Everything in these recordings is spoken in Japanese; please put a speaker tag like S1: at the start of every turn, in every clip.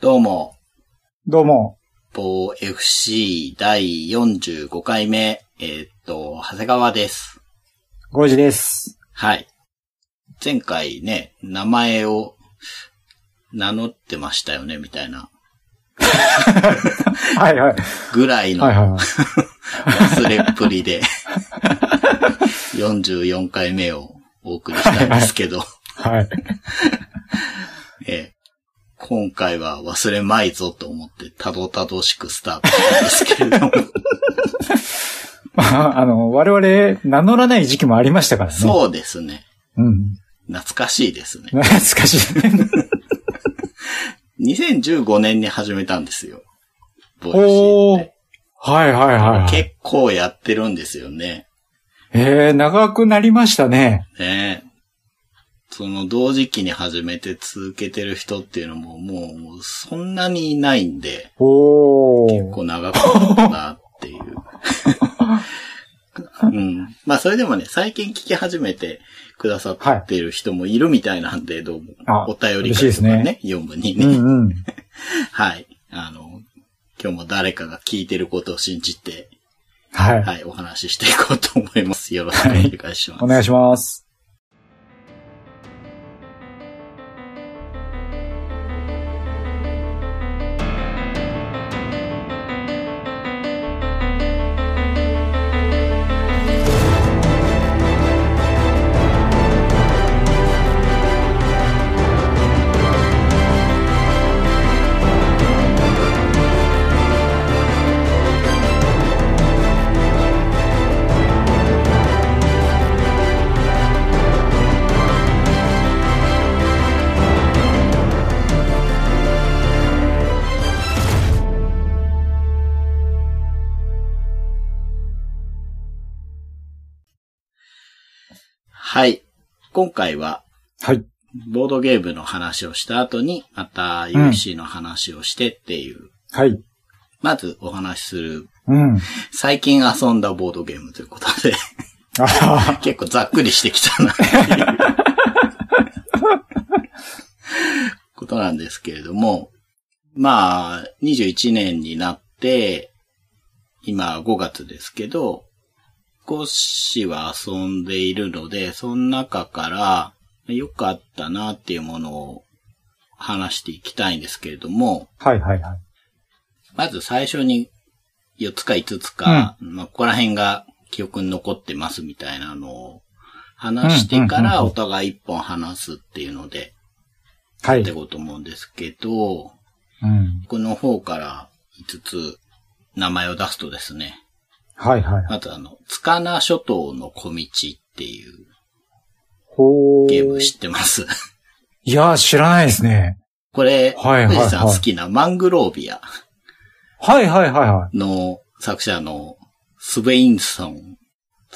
S1: どうも、
S2: どうも。
S1: 某 FC 第45回目、えーっと、長谷川です。
S2: ゴジです。
S1: はい。前回ね、名前を名乗ってましたよね、みたいな。
S2: はいはい。
S1: ぐらいの
S2: はいはいはい。
S1: 忘れっぷりで、44回目をお送りしたんですけど、
S2: はい。
S1: えー今回は忘れまいぞと思って、たどたどしくスタートしたんですけれども、
S2: まあ、あの、我々、名乗らない時期もありましたからね。う。
S1: そうですね。
S2: うん。
S1: 懐かしいですね。
S2: 懐かしいね。
S1: 2015年に始めたんですよ。ボイシ
S2: お
S1: ーっ
S2: ー
S1: て。。
S2: はいはいはいはい。
S1: 結構やってるんですよね。
S2: えー、長くなりましたね。
S1: ねえその同時期に始めて続けてる人っていうのももうもうそんなにいないんで、
S2: お
S1: 結
S2: ー。
S1: 構長くなったなって いう。うん、まあそれでもね、最近聞き始めてくださってる人もいるみたいなんで、どうも。
S2: あ
S1: お便り
S2: 嬉し
S1: 会
S2: いで
S1: と
S2: す
S1: か
S2: ね
S1: ね、読むに
S2: う
S1: ね。
S2: んうん。
S1: はい。あの、今日も誰かが聞いてることを信じて、
S2: はい。
S1: はい、お話ししていこうと思います。よろしくお願いします。
S2: お願いします。
S1: はい。今回は、
S2: はい。
S1: ボードゲームの話をした後に、また UC の話をしてっていう、
S2: はい。
S1: まずお話しする、
S2: うん。
S1: 最近遊んだボードゲームということで、
S2: あは
S1: 結構ざっくりしてきたなっていう、ことなんですけれども、まあ、21年になって、今5月ですけど、少しは遊んでいるので、その中から良かったなっていうものを話していきたいんですけれども、
S2: はいはいはい。
S1: まず最初に4つか5つか、まあ、ここら辺が記憶に残ってますみたいなのを話してか
S2: うんうんうん
S1: ら
S2: うん
S1: お互い1本話すっていうので、
S2: は
S1: って
S2: い。
S1: こと思うんですけど、
S2: うん。
S1: この方から5つ名前を出すとですね、
S2: はいはいはい。
S1: まずあの、つかな諸島の小道っていう
S2: ほ
S1: ゲーム
S2: ー。
S1: 知ってます。
S2: いやー、知らないですね。
S1: これ、
S2: はいはいはい
S1: 富士山好きなマングロービア
S2: はいはいはいは
S1: の作者のスベインソン
S2: い。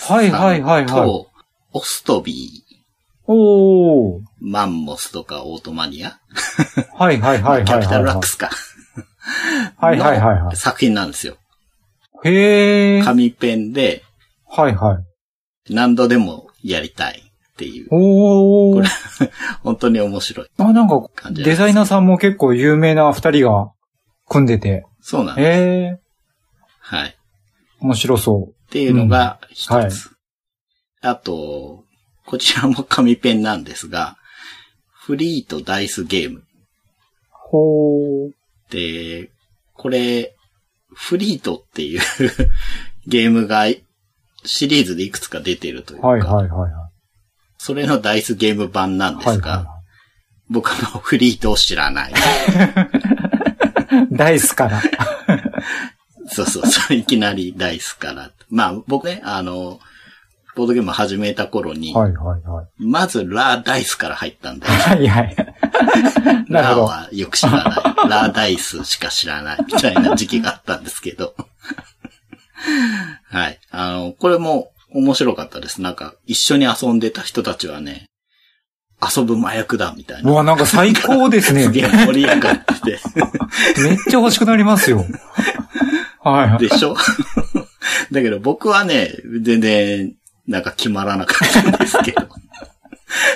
S2: はいはいはい
S1: さん
S2: はい。
S1: と、オストビー、
S2: おー。
S1: マンモスとかオートマニア、
S2: はいはいはいはいはいはい。
S1: キャピタルラックスか、
S2: はいはいはいは
S1: 作品なんですよ。
S2: い。へえ。
S1: 紙ペンで
S2: はいはい。
S1: 何度でもやりたいっていう、
S2: おー。
S1: 本当に面白い
S2: あ、なんか、
S1: 感じなんで
S2: デ
S1: す
S2: ザイナーさんも結構有名な二人が組んでて。
S1: そうなんです。
S2: へえ。
S1: はい。っ
S2: 面白そ
S1: ていうのが一つ。
S2: うんはい
S1: あと、こちらも紙ペンなんですが、フリーとダイスゲーム。
S2: う。ほー。
S1: で、これ、フリートっていう ゲームがシリーズでいくつか出てるというか、
S2: はいはいはいは
S1: それのダイスゲーム版なん
S2: い。
S1: で
S2: はい
S1: すが、
S2: は
S1: 僕もフリートを知らない。
S2: いはい。ダイスから。
S1: そうそうそう、いきなりダイスから。まあ僕ね、あの、ボードゲーム始めた頃に、
S2: はいはいはい。
S1: まずラダイスから入ったん で、
S2: はい はい。なる
S1: ラ
S2: ほど。
S1: はよく知らない。 ラダイスしか知らないみたいな時期があったんですけど。 はい。あの、これも面白かったです。なんか、一緒に遊んでた人たちはね、遊ぶ麻薬だみたいうな。
S2: わ、なんか最高ですね。
S1: す
S2: め
S1: げ
S2: っ
S1: え盛り上がってて。
S2: ちゃ欲しくなりますよ。はいはい。
S1: でしょ だけど僕はね、全然、なんか決まらなかったんです けど。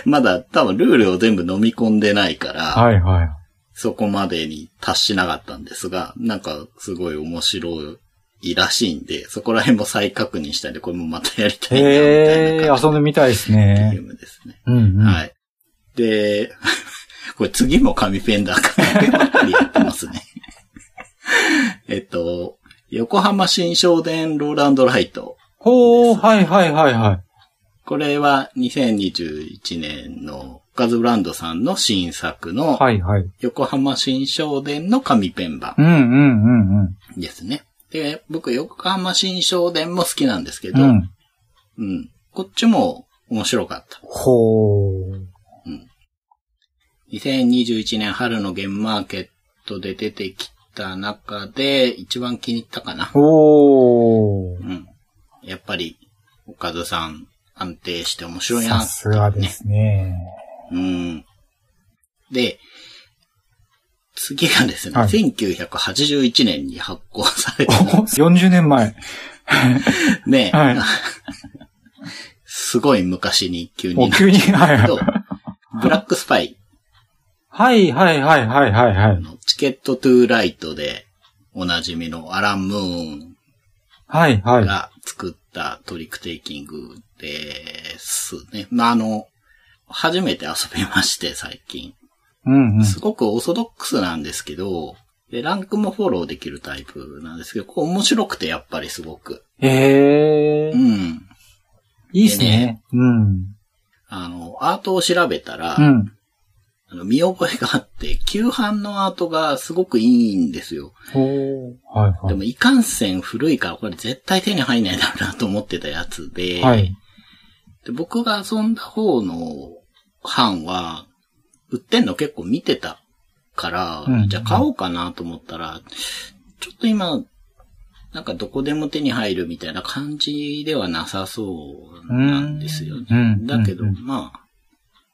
S1: まだ多分ルールを全部飲み込んでないから、
S2: はいはい。
S1: そこまでに達しなかったんですが、なんかすごい面白いらしいんで、そこら辺も再確認したんで、これもまたやりたいな、みたい
S2: え
S1: な
S2: え
S1: 感じ
S2: 遊んでみたいですね
S1: ゲー。ムですね。
S2: うん、うん。
S1: はい。で、 これ次も紙ペンだから、ばっかりやってますね。 えっと、横浜新商電ローランドライト。
S2: ほう、はいはいはいはい。
S1: これは2021年のガズブランドさんの新作の
S2: はいはい。
S1: 横浜新商電の紙ペン版
S2: うんうんうんうん。
S1: ですね。で、僕横浜新商電も好きなんですけど、
S2: う
S1: うん、
S2: ん。
S1: こっちも面白かった。
S2: ほう。
S1: 2021年春のゲームマーケットで出てきた中で一番気に入ったかな。
S2: おー
S1: う。ん。やっぱり、おかずさん安定して面白いな。
S2: さすがですね。
S1: うん。で、次がですね、
S2: はい
S1: 1981年に発行された
S2: お40年 前。
S1: ね、
S2: はい
S1: すごい昔に急に
S2: もう
S1: なっち
S2: 急 に、は
S1: ゃ
S2: い
S1: う
S2: は
S1: けど
S2: い。、
S1: ブラックスパイ
S2: はいはいはいはいはいはい。
S1: のチケットトゥーライトでおなじみのアラン・ムーン
S2: はいはい。
S1: が作ったトリックテイキングですね。まあ、あの、初めて遊びまして、最近。
S2: うんうん。
S1: すごくオーソドックスなんですけど、で、ランクもフォローできるタイプなんですけど、こう面白くて、やっぱりすごく。
S2: ええ
S1: う、ん。
S2: いいっす
S1: で
S2: ね
S1: ね。
S2: うん。
S1: あの、アートを調べたら、
S2: うん。
S1: あの見覚えがあって、旧版のアートがすごくいいんですよ。
S2: ほう。はいは
S1: で
S2: い。
S1: も、いかんせん古いから、これ絶対手に入んないだろうなと思ってたやつで、
S2: はい。
S1: で僕が遊んだ方の版は、売ってんの結構見てたから、
S2: うん
S1: じゃあ買おうかなと思ったら、ちょっと今、なんかどこでも手に入るみたいな感じではなさそうなんですよね。
S2: うん
S1: だけど、
S2: うん
S1: まあ、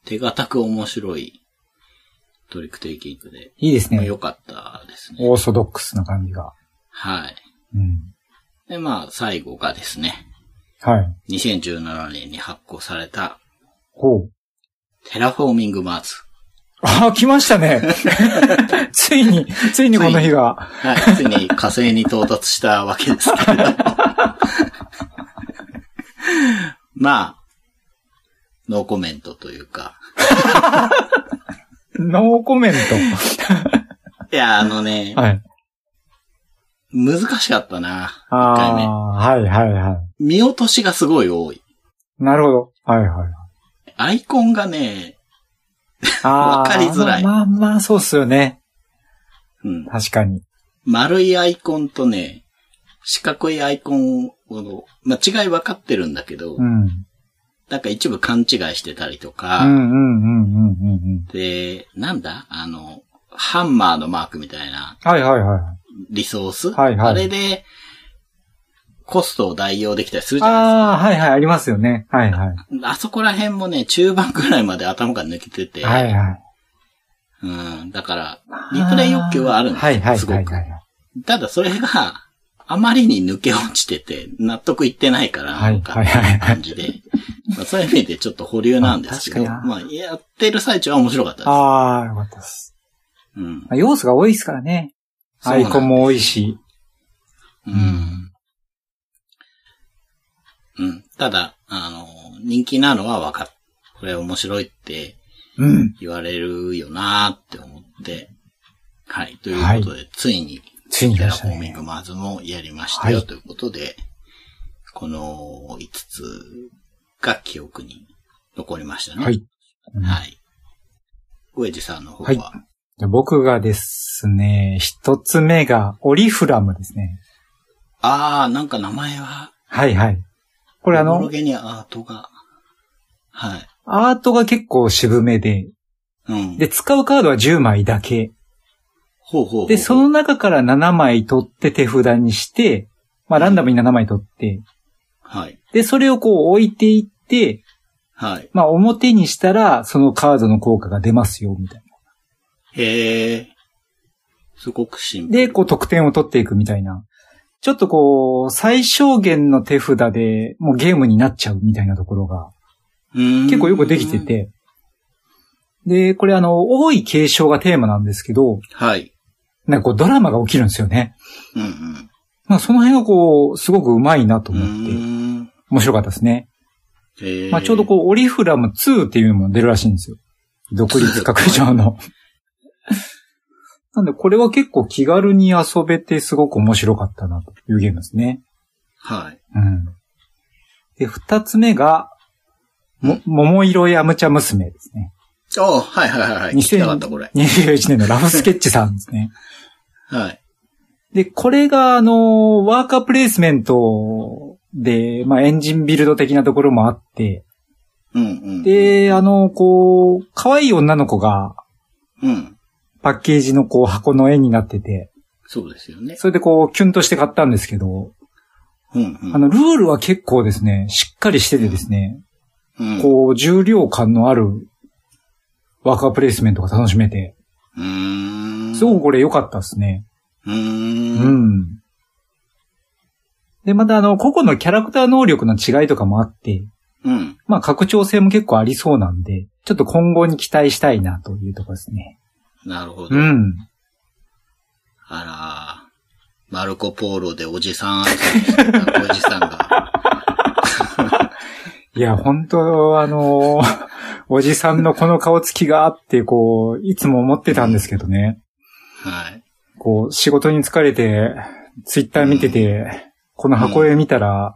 S1: 手堅く面白いトリックテイキングで、
S2: いいです
S1: まあ
S2: ね。
S1: 良かったですね。
S2: オーソドックスな感じが。
S1: はい。
S2: うん。
S1: で、まあ、最後がですね、
S2: はい。
S1: 2017年に発行された、
S2: ほう。
S1: テラフォーミングマーズ。
S2: ああ、来まし たね。ついに、ついにこの日が。
S1: はい。ついに火星に到達したわけですけれど。 まあ、ノーコメントというか。
S2: ノーコメン
S1: いや、あのね
S2: ト。、 はい。
S1: 難しかったな。
S2: あ
S1: 一回目。
S2: あ、はいはいは
S1: 見落としがすごい多い。
S2: い。なるほど。はいはい。
S1: アイコンがね、
S2: ああ。
S1: わかりづらい
S2: まあまあまあ、そうっすよね。
S1: うん、
S2: 確かに。
S1: 丸いアイコンとね、四角いアイコンを、まあ、違い分かってるんだけど、
S2: うん。うん
S1: なんか一部勘違いしてたりと
S2: う
S1: か、
S2: んうんうんうんうん。
S1: で、なんだあの、ハンマーのマークみたいな、
S2: はいはいは
S1: リソース、
S2: はいはい
S1: あれで、コストを代用できたりする
S2: い。
S1: じゃない
S2: ああ、はいはい、ありますよね。はいはい。
S1: ですか。あそこら辺もね、中盤くらいまで頭が抜けてて、
S2: はいはい。
S1: うん、だから、リプレイ欲求はあるんですよ
S2: はいはい
S1: すご
S2: はい
S1: く
S2: はい。
S1: ただそれが、あまりに抜け落ちてて、納得いってないから、
S2: はい
S1: なんか
S2: はいはい
S1: 感じで。まあそういう意味でちょっと保留なんですけど、
S2: あ確かに
S1: まあ、やってる最中は面白かったです。
S2: ああ、よかったです。
S1: うん
S2: ま。あ要素が多いですからね。アイコンも多いし。
S1: うん。うん。ただ、あの、人気なのは分かる。これ面白いって
S2: うん。
S1: 言われるよなーって思って。はい。ということで、ついに、
S2: ついに
S1: テ
S2: 来ま
S1: ラ
S2: し
S1: フ
S2: た
S1: ォーミン
S2: ね。
S1: グマーズもやりましたよ、
S2: はい
S1: ということで、この5つが記憶に残りましたね。
S2: はい。うん
S1: はい。ウエジさんの方は、
S2: はいで僕がですね、一つ目がオリフラムですね。
S1: あー、なんか名前は、
S2: はいはい。これあ
S1: おぼろ
S2: の、
S1: げにアートが、はい。
S2: アートが結構渋めで、
S1: うん。
S2: で、使うカードは10枚だけ。
S1: ほうほうほう
S2: で、その、中から7枚取って手札にして、まあランダムに7枚取って、
S1: はい。
S2: で、それをこう置いていって、
S1: はい。
S2: まあ表にしたら、そのカードの効果が出ますよ、みたい
S1: へえ。すごくシン
S2: な。
S1: プル。
S2: で、こう得点を取っていくみたいな。ちょっとこう、最小限の手札でもうゲームになっちゃうみたいなところが、
S1: うーん
S2: 結構よくできて。て、で、これあの、多い継承がテーマなんですけど、
S1: はい。
S2: なんかこうドラマが起きるんですよね。
S1: うんうん。
S2: まあその辺がこう、すごくうまいなと
S1: う
S2: 思って、
S1: ーん
S2: 面白かったですね。
S1: えー
S2: まあちょうどこう、オリフラム2っていうのも出るらしいんですよ。独立拡 張の。なんでこれは結構気軽に遊べてすごく面白かったなというゲームですね。
S1: はい。
S2: うん。で、二つ目が、も、桃色やむちゃ娘ですね。
S1: おはいはいはいはい。聞きたかった、これ。
S2: 2021年のラフスケッチさんですね。
S1: はい。
S2: で、これが、あの、ワーカープレイスメントで、まあ、エンジンビルド的なところもあって、
S1: うんうん。、
S2: で、あの、こう、可愛い女の子が、
S1: うん。
S2: パッケージのこう、箱の絵になってて、
S1: そうですよね。
S2: それでこう、キュンとして買ったんですけど、
S1: うんうん。
S2: あの、ルールは結構ですね、しっかりしててですね、
S1: うん、
S2: こう、重量感のある、ワーカープレイスメントが楽しめて、
S1: うーん。
S2: すごくこれ良かったですね。
S1: うー。
S2: うんん。で、またあの、個々のキャラクター能力の違いとかもあって、
S1: うん。
S2: まあ拡張性も結構ありそうなんで、ちょっと今後に期待したいなというところですね。
S1: なるほど。
S2: うん。
S1: あらー、マルコポーロでおじさん集めてたおじさんが。
S2: いや、本当あの ーおじさんのこの顔つきがあって、こう、いつも思ってたんですけどね。
S1: はい。
S2: こう、仕事に疲れて、ツイッター見てて、この箱絵見たら、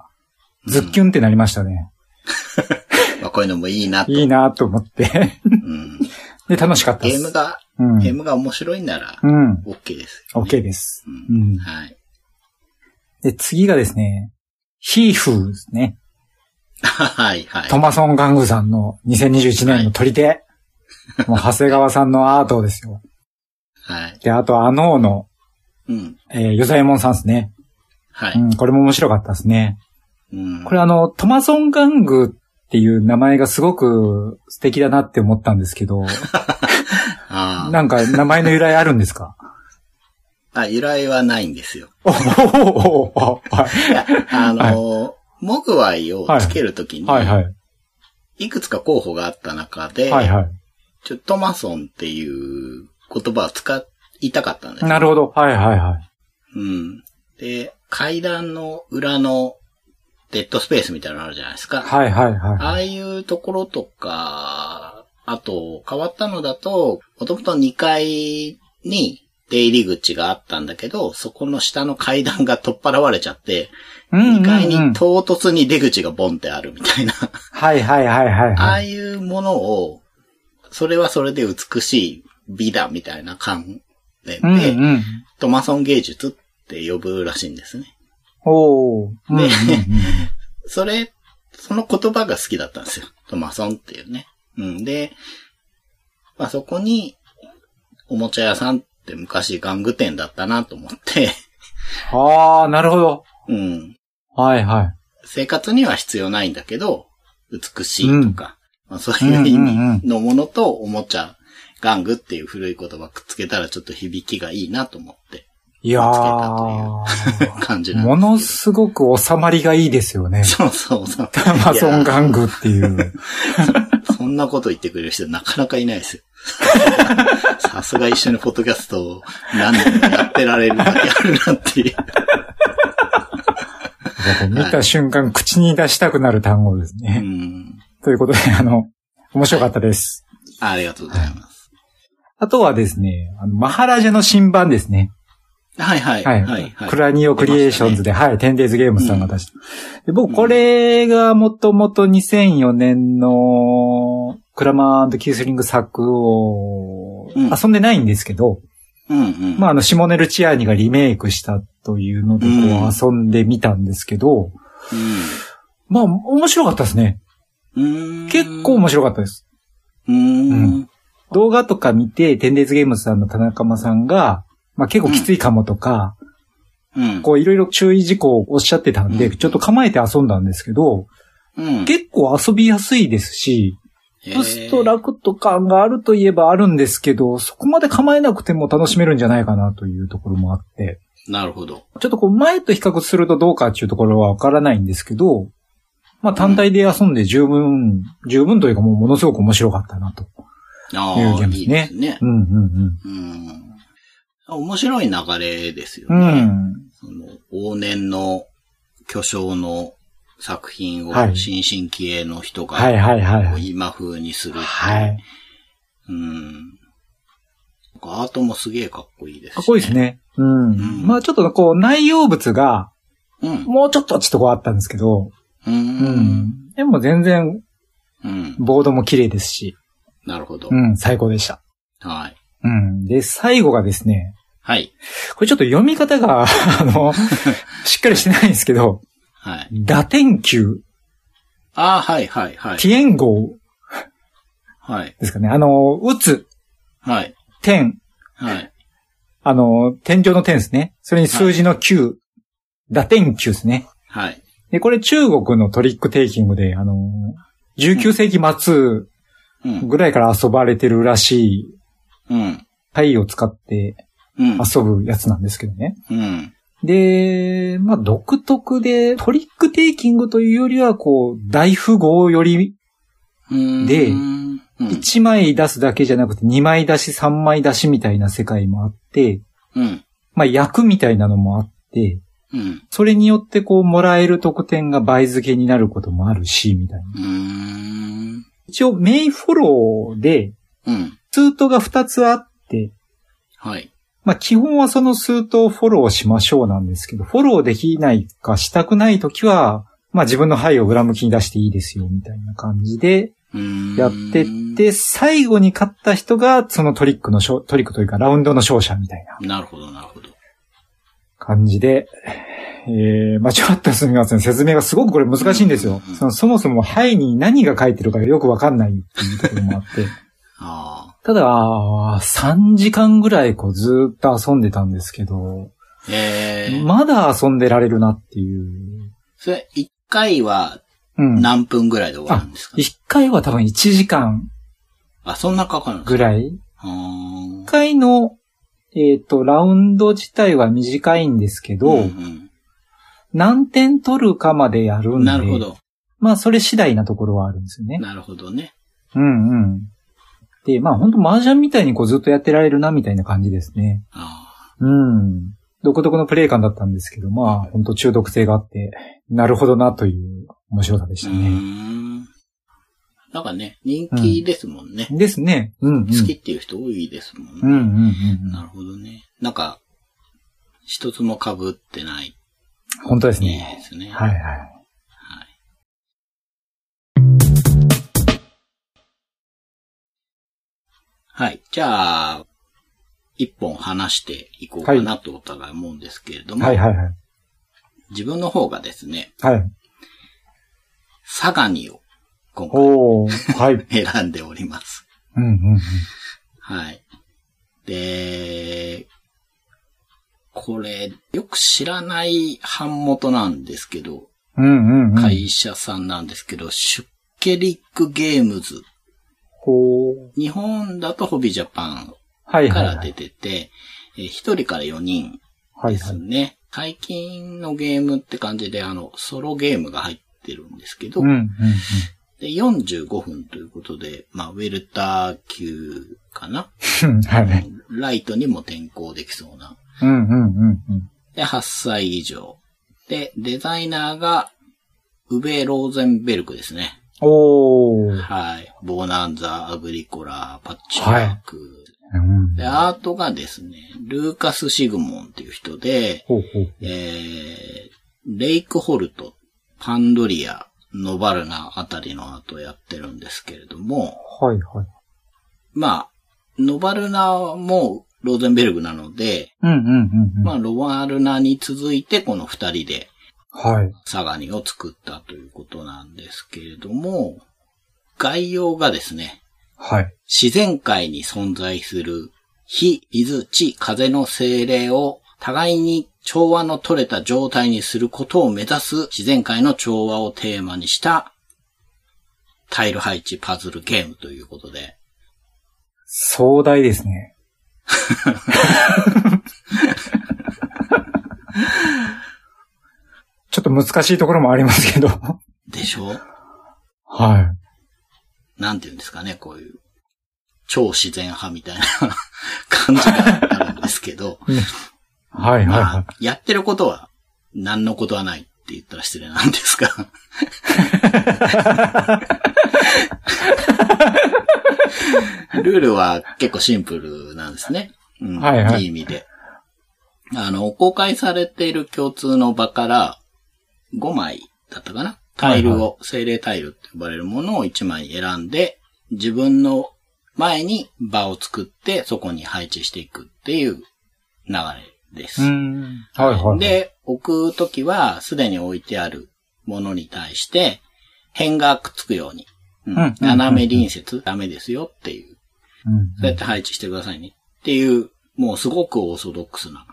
S2: ズッキュンってなりましたね。
S1: まあ、こういうのもいいなと。
S2: いいなと思って。
S1: うん、
S2: で、楽しかったで
S1: ゲ
S2: す。
S1: ームが、
S2: うん
S1: ゲームが面白いなら、
S2: うん。
S1: OK です、
S2: OK です。
S1: う。
S2: うんん。
S1: はい。
S2: で、次がですね、ヒーフーですね。
S1: はい、はい。
S2: トマソン・ガングさんの2021年の取り手。もう、長谷川さんのアートですよ。
S1: はい。
S2: で、あと、アノーの、
S1: うん。
S2: えー、ヨザエモンさんですね。
S1: は
S2: う
S1: い。
S2: ん、これも面白かったですね。
S1: うん。
S2: これあの、トマソン・ガングっていう名前がすごく素敵だなって思ったんですけど、
S1: あー
S2: なんか名前の由来あるんですか
S1: あ、由来はないんですよ。
S2: おおおおは
S1: い
S2: い
S1: や、あのーモグワイをつけるときに、、
S2: はいはいい。
S1: くつか候補があった中で、
S2: はいは
S1: ちょっとトマソンっていう言葉を使いたかったんです
S2: い。。なるほど。はいはいはい。
S1: うん。で、階段の裏のデッドスペースみたいなのあるじゃないですか。
S2: はいはいは
S1: ああいうところとか、あと、変わったのだと、もともと2階に出入り口があったんだけど、そこの下の階段が取っ払われちゃって、
S2: い。うんうん
S1: 2階
S2: うん
S1: に唐突に出口がボンってあるみたいな、
S2: はいはいはいはい
S1: あ
S2: は
S1: あ
S2: い。
S1: いうものを、それはそれで美しい美だみたいな観念で、
S2: うんうん。
S1: トマソン芸術って呼ぶらしいんですね。
S2: おお。うんうんうん
S1: それ、その言葉が好きだったんですよ。トマソンっていうね。うん。で、まあそこに、おもちゃ屋さんって昔玩具店だったなと思って、
S2: ああ、なるほど。
S1: うん。
S2: はいは
S1: 生活には必要ないんだけど、美しいとか、まあそういう意
S2: うんうん
S1: 味のものとおもちゃ、玩具っていう古い言葉くっつけたらちょっと響きがいいなと思って
S2: い。いや
S1: つけた
S2: ー
S1: という感じなんですけど
S2: ものすごく収まりがいいですよ ね。
S1: そうそうそう。
S2: アマゾン玩具っていう。
S1: そんなこと言ってくれる人なかなかいないですよ。 さすが一緒にポッドキャストを何年もやってられるだけあるなっていう。
S2: 見た瞬間、口に出したくなる単語です
S1: う
S2: ね。
S1: ん。
S2: ということで、あの、面白かったです。
S1: ありがとうございます。
S2: あとはですね、あのマハラジャの新版ですね。
S1: はいはい。
S2: はい。
S1: はいはい。
S2: クラニオクリエーションズで、はい、テンデイズゲームズさんが出した。で僕、これがもともと2004年のクラマーキースリング作を
S1: うん
S2: 遊んでないんですけど、
S1: うんうん。
S2: まあ、あの、シモネル・チアーニがリメイクしたというので、こう、遊んでみたんですけど、まあ、面白かったですね。
S1: うん。
S2: 結構面白かったです。
S1: うーん。
S2: 動画とか見て、テンデイズゲームズさんの田中間さんが、まあ結構きついかもとか、
S1: うん。
S2: こういろいろ注意事項をおっしゃってたんで、
S1: うん
S2: ちょっと構えて遊んだんですけど、
S1: うん。
S2: 結構遊びやすいですし、
S1: へー
S2: アストラクト感があるといえばあるんですけど、そこまで構えなくても楽しめるんじゃないかなというところもあって、
S1: なるほど。
S2: ちょっとこう前と比較するとどうかっていうところはわからないんですけど、まあ単体で遊んで十分、十分というかもうものすごく面白かったなと
S1: あ
S2: いうゲー
S1: あ、
S2: ムで
S1: い
S2: す
S1: い
S2: ね
S1: ですね
S2: う。んうん
S1: うん。面白い流れですよ
S2: う
S1: ね。
S2: ん。
S1: その往年の巨匠の作品を
S2: はい
S1: 新進気鋭の人が、
S2: はいはいはいはい。
S1: 今風にするっていう。
S2: はい。
S1: うん。なんかアートもすげえかっこいいです、
S2: かっこいいです
S1: ね。
S2: ね。うん。
S1: ん
S2: まあちょっとこう内容物が、
S1: うん。
S2: もうちょっとちょっとこうあったんですけど、
S1: う。
S2: うんん。でも全然
S1: うん。
S2: ボードも綺麗ですし、
S1: なるほど
S2: う。ん、最高でした。
S1: はい。
S2: うん。で、最後がですね、
S1: はい。
S2: これちょっと読み方が、あ の、しっかりしてないんですけど、
S1: はい。
S2: 打点球、
S1: ああ、はい、はい、はい。
S2: ティエンゴ
S1: はい。
S2: ですかね。あの、打つ、
S1: はい。
S2: 点、
S1: はい。
S2: あの、天井の点ですね。それに数字の9、打点9ですね。
S1: はい。
S2: で、これ中国のトリックテイキングで、あの、19世紀末
S1: うん。
S2: ぐらいから遊ばれてるらしい、
S1: うん。
S2: 牌を使って
S1: うん。
S2: 遊ぶやつなんですけどね。
S1: うん。
S2: で、まあ、独特で、トリックテイキングというよりは、こう、大富豪より、
S1: うん。
S2: で
S1: うん。
S2: 1枚出すだけじゃなくて、2枚出し、3枚出しみたいな世界もあって、
S1: うん。
S2: まあ、役みたいなのもあって、
S1: うん。
S2: それによってこう、もらえる得点が倍付けになることもあるし、みたいな。
S1: うん。
S2: 一応、メインフォローで、
S1: うん。
S2: スートが2つあって、
S1: はい。
S2: まあ、基本はそのスートをフォローしましょうなんですけど、フォローできないかしたくないときは、まあ、自分の牌を裏向きに出していいですよ、みたいな感じで
S1: うん
S2: やってっ、て、最後に勝った人が、そのトリックの勝、トリックというか、ラウンドの勝者みたいな
S1: なるほど、なるほど。
S2: 感じで、えー、まあ、ちょっとすみません。説明がすごくこれ難しいんですよ
S1: うん。
S2: そのそもそも牌に何が書いてるかよくわかんないっていうところもあって。
S1: あ
S2: ただ、3時間ぐらいこうずーっと遊んでたんですけど、
S1: あ。ええ
S2: まだ遊んでられるなっていう。
S1: それ、一回は
S2: うん。
S1: 何分ぐらいで終わるんですか、
S2: 1回は多分1時間
S1: あ、そんなかかるんです
S2: ぐ
S1: から
S2: い。
S1: うーん
S2: 1回の、えっ、と、ラウンド自体は短いんですけど、
S1: ん
S2: 何点取るかまでやる
S1: うん
S2: で。
S1: ん、なるほ。ど。
S2: まあ、それ次第なところはあるんですよね。
S1: なるほどね。
S2: うんうん。で、まあ本当麻雀みたいにこうずっとやってられるなみたいな感じですね。
S1: あ
S2: うん。独特のプレイ感だったんですけど、まあ本当中毒性があって、なるほどなという面白さでし
S1: あ。
S2: た
S1: うー
S2: ね。
S1: ん。なんかね、人気ですもんね。
S2: ですね。うん、うん。
S1: 好きっていう人多いですもんね。
S2: うんうんうんうん。
S1: なるほどね。なんか、一つも被ってない。
S2: 本当です
S1: いい
S2: ね。
S1: ですね。
S2: はい
S1: い。
S2: はい。
S1: はい。じゃあ、一本話していこうかなとお互い思うんですけれども、
S2: はいはいはい。
S1: 自分の方がですね、
S2: はい。
S1: サガニを今回
S2: おー。はい。
S1: 選んでおります。
S2: うんうんうん。
S1: はい。で、これ、よく知らない版元なんですけど、
S2: うんうんうん。
S1: 会社さんなんですけど、シュッケリックゲームズ。
S2: ほー。
S1: 日本だとホビジャパ
S2: はい
S1: ンか
S2: はいはい。
S1: ら出てて、えー一人から4人
S2: はい
S1: です
S2: はい。
S1: ね。最近のゲームって感じで、あの、ソロゲームが入ってるんですけど、
S2: うんうんうん。
S1: で45分ということで、まあ、ウェルター級かな、
S2: うんはいはい。
S1: ライトにも転向できそうな。
S2: うんうんうんうん。
S1: で、8歳以上。で、デザイナーが、ウベ・ローゼンベルクですね。
S2: おー。
S1: はい。ボーナンザ、アグリコラ、パッチワーク。
S2: うん
S1: で、アートがですね、ルーカス・シグモンっていう人で、
S2: ほうほう。
S1: えー、レイクホルト、パンドリア、ノバルナあたりのアートをやってるんですけれども、
S2: はいはい。
S1: まあ、ノバルナもローゼンベルグなので、
S2: うんうんうんうん。
S1: まあ、ロワルナに続いてこの二人で
S2: はい。
S1: サガニを作ったということなんですけれども、概要がですね、
S2: はい。
S1: 自然界に存在する火、水、地、風の精霊を互いに調和の取れた状態にすることを目指す自然界の調和をテーマにしたタイル配置パズルゲームということで。
S2: 壮大です ね。ちょっと難しいところもありますけど。は
S1: でしょ
S2: い。
S1: なんて言うんですかね、こういう。超自然派みたいな 感じがあるんですけど、
S2: はいはい
S1: ま
S2: は
S1: あ、やってることは何のことはないって言ったら失礼なんです が、ルールは結構シンプルなんですね。うん、
S2: はいはい
S1: い意味で。あの、公開されている共通の場から5枚だったかなタイルを、
S2: はい
S1: 精霊タイルって呼ばれるものを1枚選んで、自分の前に場を作って、そこに配置していくっていう流れです。
S2: い。うん。はいはいはい。
S1: で、置くときは、すでに置いてあるものに対して、辺がくっつくように。うん
S2: うん
S1: 斜め隣接、ダメですよっていう。
S2: うん、
S1: そうやって配置してくださいね。っていう、もうすごくオーソドックスな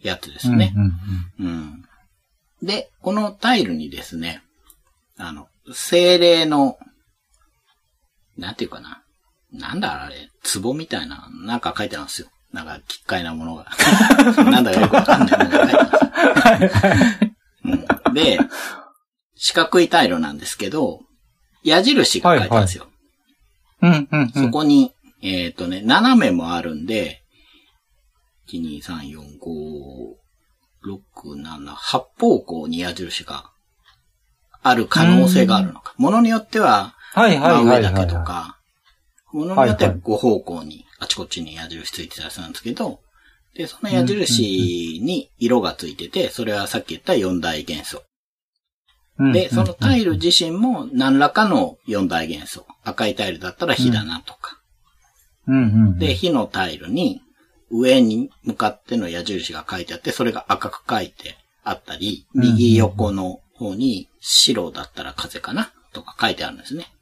S1: やつですね。
S2: うんうん
S1: うん。で、このタイルにですね、あの、精霊の、なんていうかな。なんだあれ、壺みたいな、なんか書いてあるんですよ。なんか、奇怪なものが。 なんだかよくわかんないものが書いてあるんですよ。うんで、四角いタイルなんですけど、矢印が書いてあるんですよ。
S2: うん。うんうんうん。
S1: そこに、えっ、とね、斜めもあるんで、1、2、3、4、5、6、7、8方向に矢印がある可能性があるのか。ものによっては、
S2: はいはい
S1: 真上
S2: はいは
S1: だ
S2: い。
S1: けと
S2: は
S1: か、ものによっては
S2: はい
S1: 5方向に、あちこちに矢印ついてたりするんですけど、で、その矢印に色がついてて、それはさっき言った4大元素。
S2: いうんうんうん
S1: で、そのタイル自身も何らかの4大元素。赤いタイルだったら火だなとか、
S2: うんうん。
S1: で、、火のタイルに、上に向かっての矢印が書いてあって、それが赤く書いてあったり、
S2: うん
S1: 右横の方に白だったら風かなとか書いてあるんですね。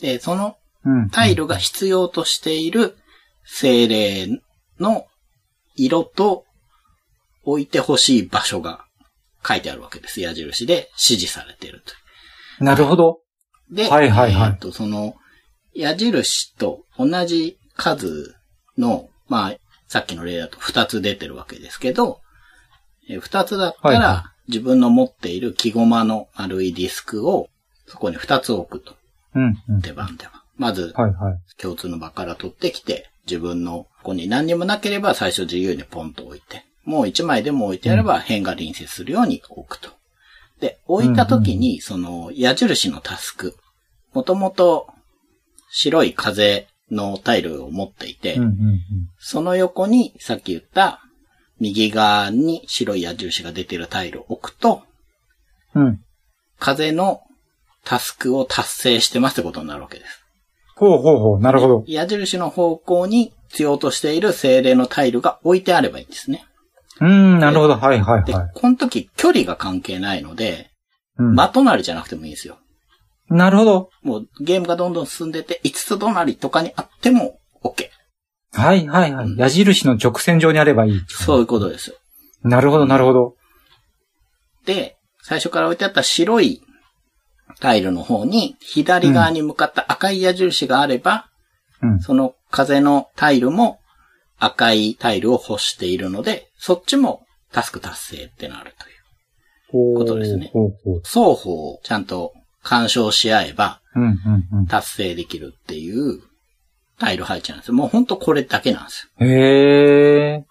S1: で、その
S2: うん。
S1: タイルが必要としている精霊の色と置いてほしい場所が書いてあるわけです。矢印で指示されているという。
S2: なるほど。
S1: で、
S2: はいはいはい
S1: えっと、その、矢印と同じ数の、まあ、さっきの例だと2つ出てるわけですけど、え2つだった
S2: はい
S1: ら
S2: は
S1: 自分の持っている木駒の丸いディスクをそこに2つ置くと。
S2: うんうん。
S1: 手番では。まず、
S2: はいはい。
S1: 共通の場から取ってきて、自分のここに何にもなければ最初自由にポンと置いて、もう1枚でも置いてやれば辺が隣接するように置くと。で、置いた時に、その矢印のタスク、もともと白い風のタイルを持っていて、
S2: うんうんうん。
S1: その横にさっき言った右側に白い矢印が出てるタイルを置くと、
S2: うん。
S1: 風のタスクを達成してますってことになるわけです。
S2: ほうほうほう。なるほど。
S1: 矢印の方向に必要としている精霊のタイルが置いてあればいいんですね。
S2: うん、なるほど。はいはい
S1: で、
S2: はい。
S1: この時距離が関係ないので、
S2: うん。
S1: ま隣じゃなくてもいいんですよ。
S2: なるほど。
S1: もうゲームがどんどん進んでて、5つ隣とかにあっても OK。
S2: はいはいは
S1: うん
S2: い。矢印の直線上にあればいい。
S1: そういうことです。
S2: なるほど、なるほど。
S1: で、最初から置いてあった白いタイルの方に、左側に向かった赤い矢印があれば、
S2: うん。
S1: その風のタイルも赤いタイルを欲しているので、そっちもタスク達成ってなるという。
S2: ほう
S1: ことですね
S2: ほうほう。
S1: 双方ちゃんと干渉し合えば
S2: うんうんうん。
S1: 達成できるっていうタイル配置なんですよ。もうほんとこれだけなんですよ。
S2: へえ。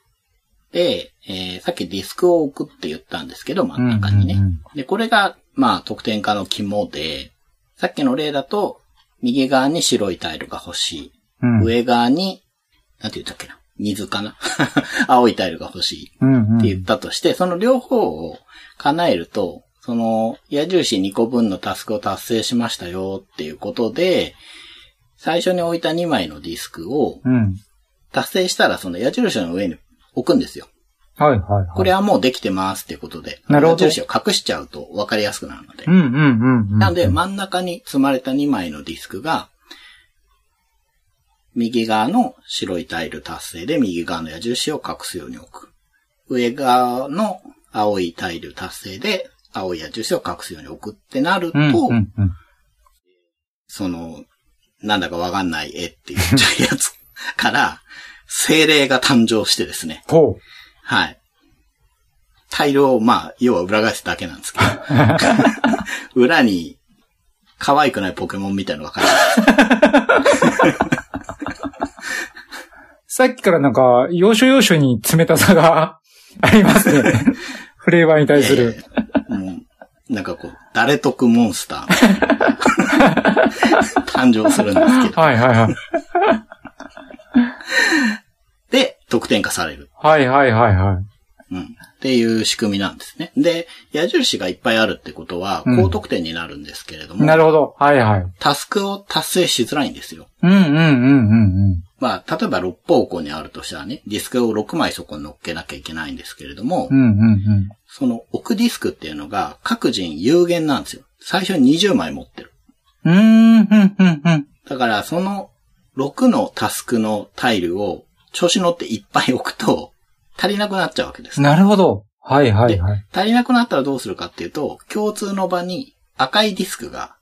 S1: で、えーさっきディスクを置くって言ったんですけど、真ん中にね。
S2: うんうんうん
S1: で、これが、まあ、得点化の肝で、さっきの例だと、右側に白いタイルが欲しい。
S2: うん。
S1: 上側に、なんて言ったっけな。水かな 青いタイルが欲しい。
S2: うんうん。
S1: って言ったとして、その両方を叶えると、その矢印2個分のタスクを達成しましたよっていうことで、最初に置いた2枚のディスクを
S2: うん。
S1: 達成したらその矢印の上に置くんですよ。
S2: はいはいはい。
S1: これはもうできてますっていうことで、
S2: なるほど
S1: 矢印を隠しちゃうと分かりやすくなるので
S2: う。んうんうんうん。
S1: なので真ん中に積まれた2枚のディスクが、右側の白いタイル達成で右側の矢印を隠すように置く。上側の青いタイル達成で青い矢印を隠すように置くってなると、
S2: うんうんうん。
S1: その、なんだかわかんない絵って言っちゃうやつから、精霊が誕生してですね。
S2: ほう。
S1: はい。タイルを、まあ、要は裏返すだけなんです けど。裏に、可愛くないポケモンみたいなのが書いてあるん
S2: さっきからなんか、要所要所に冷たさが あります ね。フレーバーに対する。
S1: えーもうなんかこう、誰得モンスター。 誕生するんですけど。
S2: はいはいはい。
S1: で、得点化される。
S2: はいはいはいはい。
S1: うん。っていう仕組みなんですね。で、矢印がいっぱいあるってことは、
S2: うん
S1: 高得点になるんですけれども、
S2: なるほど。はいはい。
S1: タスクを達成しづらいんですよ。
S2: うんうんうんうんうん。
S1: まあ、例えば6方向にあるとしたらね、ディスクを6枚そこに乗っけなきゃいけないんですけれども、
S2: うんうんうん。
S1: その置くディスクっていうのが各人有限なんですよ。最初に20枚持ってる。
S2: うーん、ふんふんふん。
S1: だから、その6のタスクのタイルを調子乗っていっぱい置くと、足りなくなっちゃうわけです。
S2: なるほど。はいはいはい。
S1: 足りなくなったらどうするかっていうと、共通の場に赤いディスクが、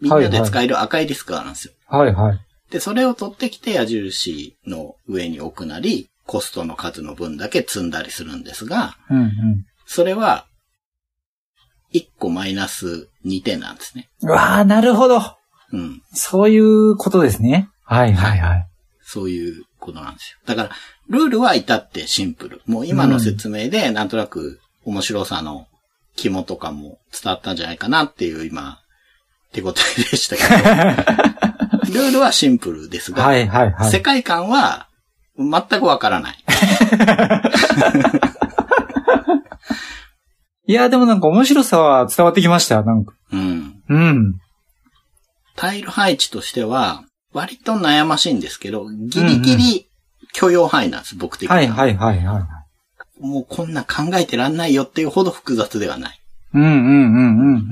S1: みんなで使える赤いディスクがあるんですよ。
S2: はいはい。
S1: で、それを取ってきて矢印の上に置くなり、コストの数の分だけ積んだりするんですが、
S2: うんうん。
S1: それは、1個マイナス2点なんですね。
S2: うわあ、なるほど。
S1: うん。
S2: そういうことですね。はいはいはい。
S1: そういうことなんですよ。だから、ルールは至ってシンプル。もう今の説明で、なんとなく面白さの肝とかも伝わったんじゃないかなっていう今、手応えでしたけ ど。ルールはシンプルですが、
S2: はいはいは
S1: 世
S2: い。
S1: 界観は全くわからない。
S2: いや、でもなんか面白さは伝わってきました。なんか。
S1: うん。
S2: うん。
S1: タイル配置としては、割と悩ましいんですけど、ギリギリ許容範囲なんです、僕的に。
S2: はいはいはいはい。
S1: もうこんな考えてらんないよっていうほど複雑ではない。
S2: うんうんうんうんうん。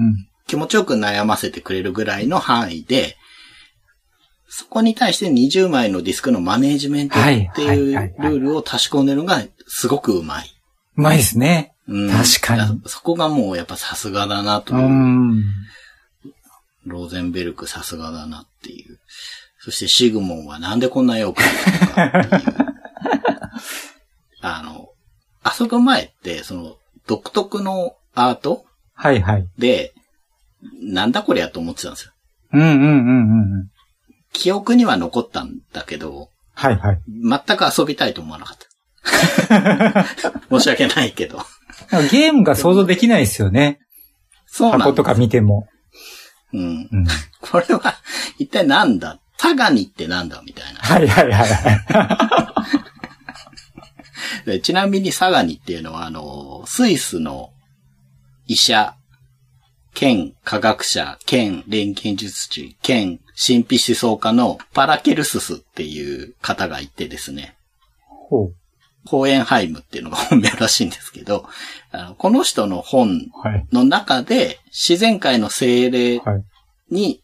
S1: 気持ちよく悩ませてくれるぐらいの範囲で、そこに対して20枚のディスクのマネージメントっていう
S2: はいはいはい
S1: ル
S2: はい
S1: ールを足し込んでるのがすごくうまい。
S2: うまいですね。
S1: うん
S2: 確かに
S1: だらそこがもうやっぱさすがだなと
S2: う
S1: いう、
S2: ん。
S1: ローゼンベルクさすがだなっていう。そしてシグモンはなんでこんな絵を描いたのかっていう。あの、遊ぶ前って、その、独特のアート
S2: はいはい。
S1: で、なんだこれやと思ってたんですよ。
S2: うんうんうんうんうん。
S1: 記憶には残ったんだけど、
S2: はいはい。
S1: 全く遊びたいと思わなかった。申し訳ないけど。
S2: なんかゲームが想像できないですよね。
S1: そうなん
S2: 箱とか見ても。
S1: うん。
S2: うん。
S1: これは、一体なんだタガニってなんだみたいな
S2: はいはいはいはい。
S1: で。ちなみにサガニっていうのは、あの、スイスの医者、兼科学者、兼錬金術師、兼神秘思想家のパラケルススっていう方がいてですね。
S2: ほう。
S1: ホーエンハイムっていうのが本名らしいんですけど、あのこの人の本
S2: はい。
S1: の中で自然界の精霊
S2: はい。
S1: に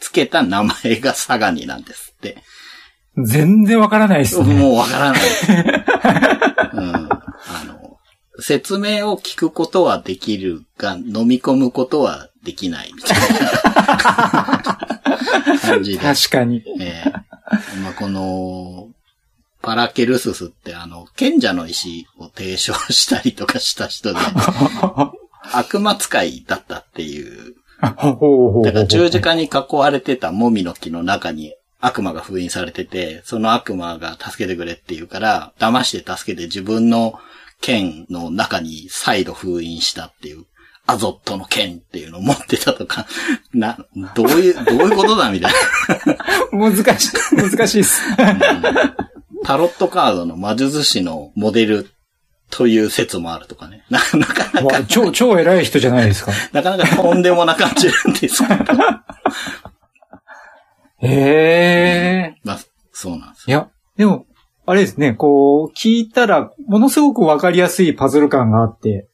S1: つけた名前がサガニなんですって。
S2: 全然わからないですね。
S1: もうわからない。 うん。あの、説明を聞くことはできるが、飲み込むことはできないみたいな感じで。
S2: 確かに。
S1: ええまあ、この、パラケルススってあの、賢者の石を提唱したりとかした 人で、悪魔使いだったっていう
S2: ほうほうほう。
S1: だから十字架に囲われてたもみの木の中に悪魔が封印されてて、その悪魔が助けてくれって言うから、騙して助けて自分の剣の中に再度封印したっていう、アゾットの剣っていうのを持ってたとか、 な、どういう、どういうことだみたい
S2: 難しい、難しいっす。
S1: な。うんタロットカードの魔術師のモデルという説もあるとかね。ななかなか
S2: わ 超、超偉い人じゃないですか。
S1: なかなかとんでもな感じなんですけど。
S2: へえ。
S1: まあ、そうなんです
S2: いや、でも、あれですね、こう、聞いたら、ものすごくわかりやすいパズル感があって、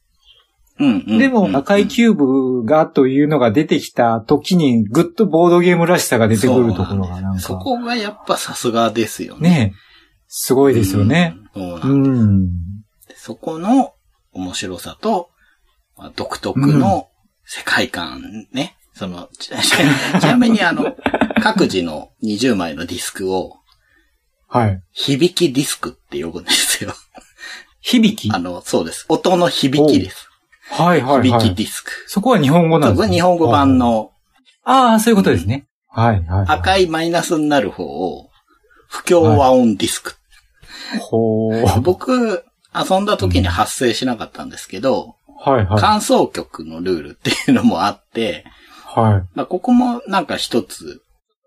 S1: うんうんうん。
S2: でも、赤いキューブがというのが出てきた時に、ぐっとボードゲームらしさが出てくるところがなん
S1: そ
S2: か、
S1: こがやっぱさすがですよね。
S2: ねえ、すごいですよね。
S1: うん。そうなん
S2: うん。
S1: そこの面白さと、まあ独特の世界観ね。その、ちちなみにあ の、各自の20枚のディスクを、
S2: はい。
S1: 響きディスクって呼ぶんですよ。
S2: 響き
S1: あ
S2: は
S1: の、そうです。音の響きです。
S2: いはい
S1: 響
S2: は
S1: き
S2: い。
S1: ディスク。
S2: そこは日本語なんです
S1: そう
S2: ね
S1: 日本語版。の
S2: ああ、そういうことですね。はいはいはい。
S1: 赤いマイナスになる方を、不協和音ディスク
S2: ほう。はい
S1: 僕、遊んだ時に発生しなかったんですけど、
S2: は
S1: 感想曲のルールっていうのもあって、
S2: い。はい。
S1: まあ、ここもなんか一つ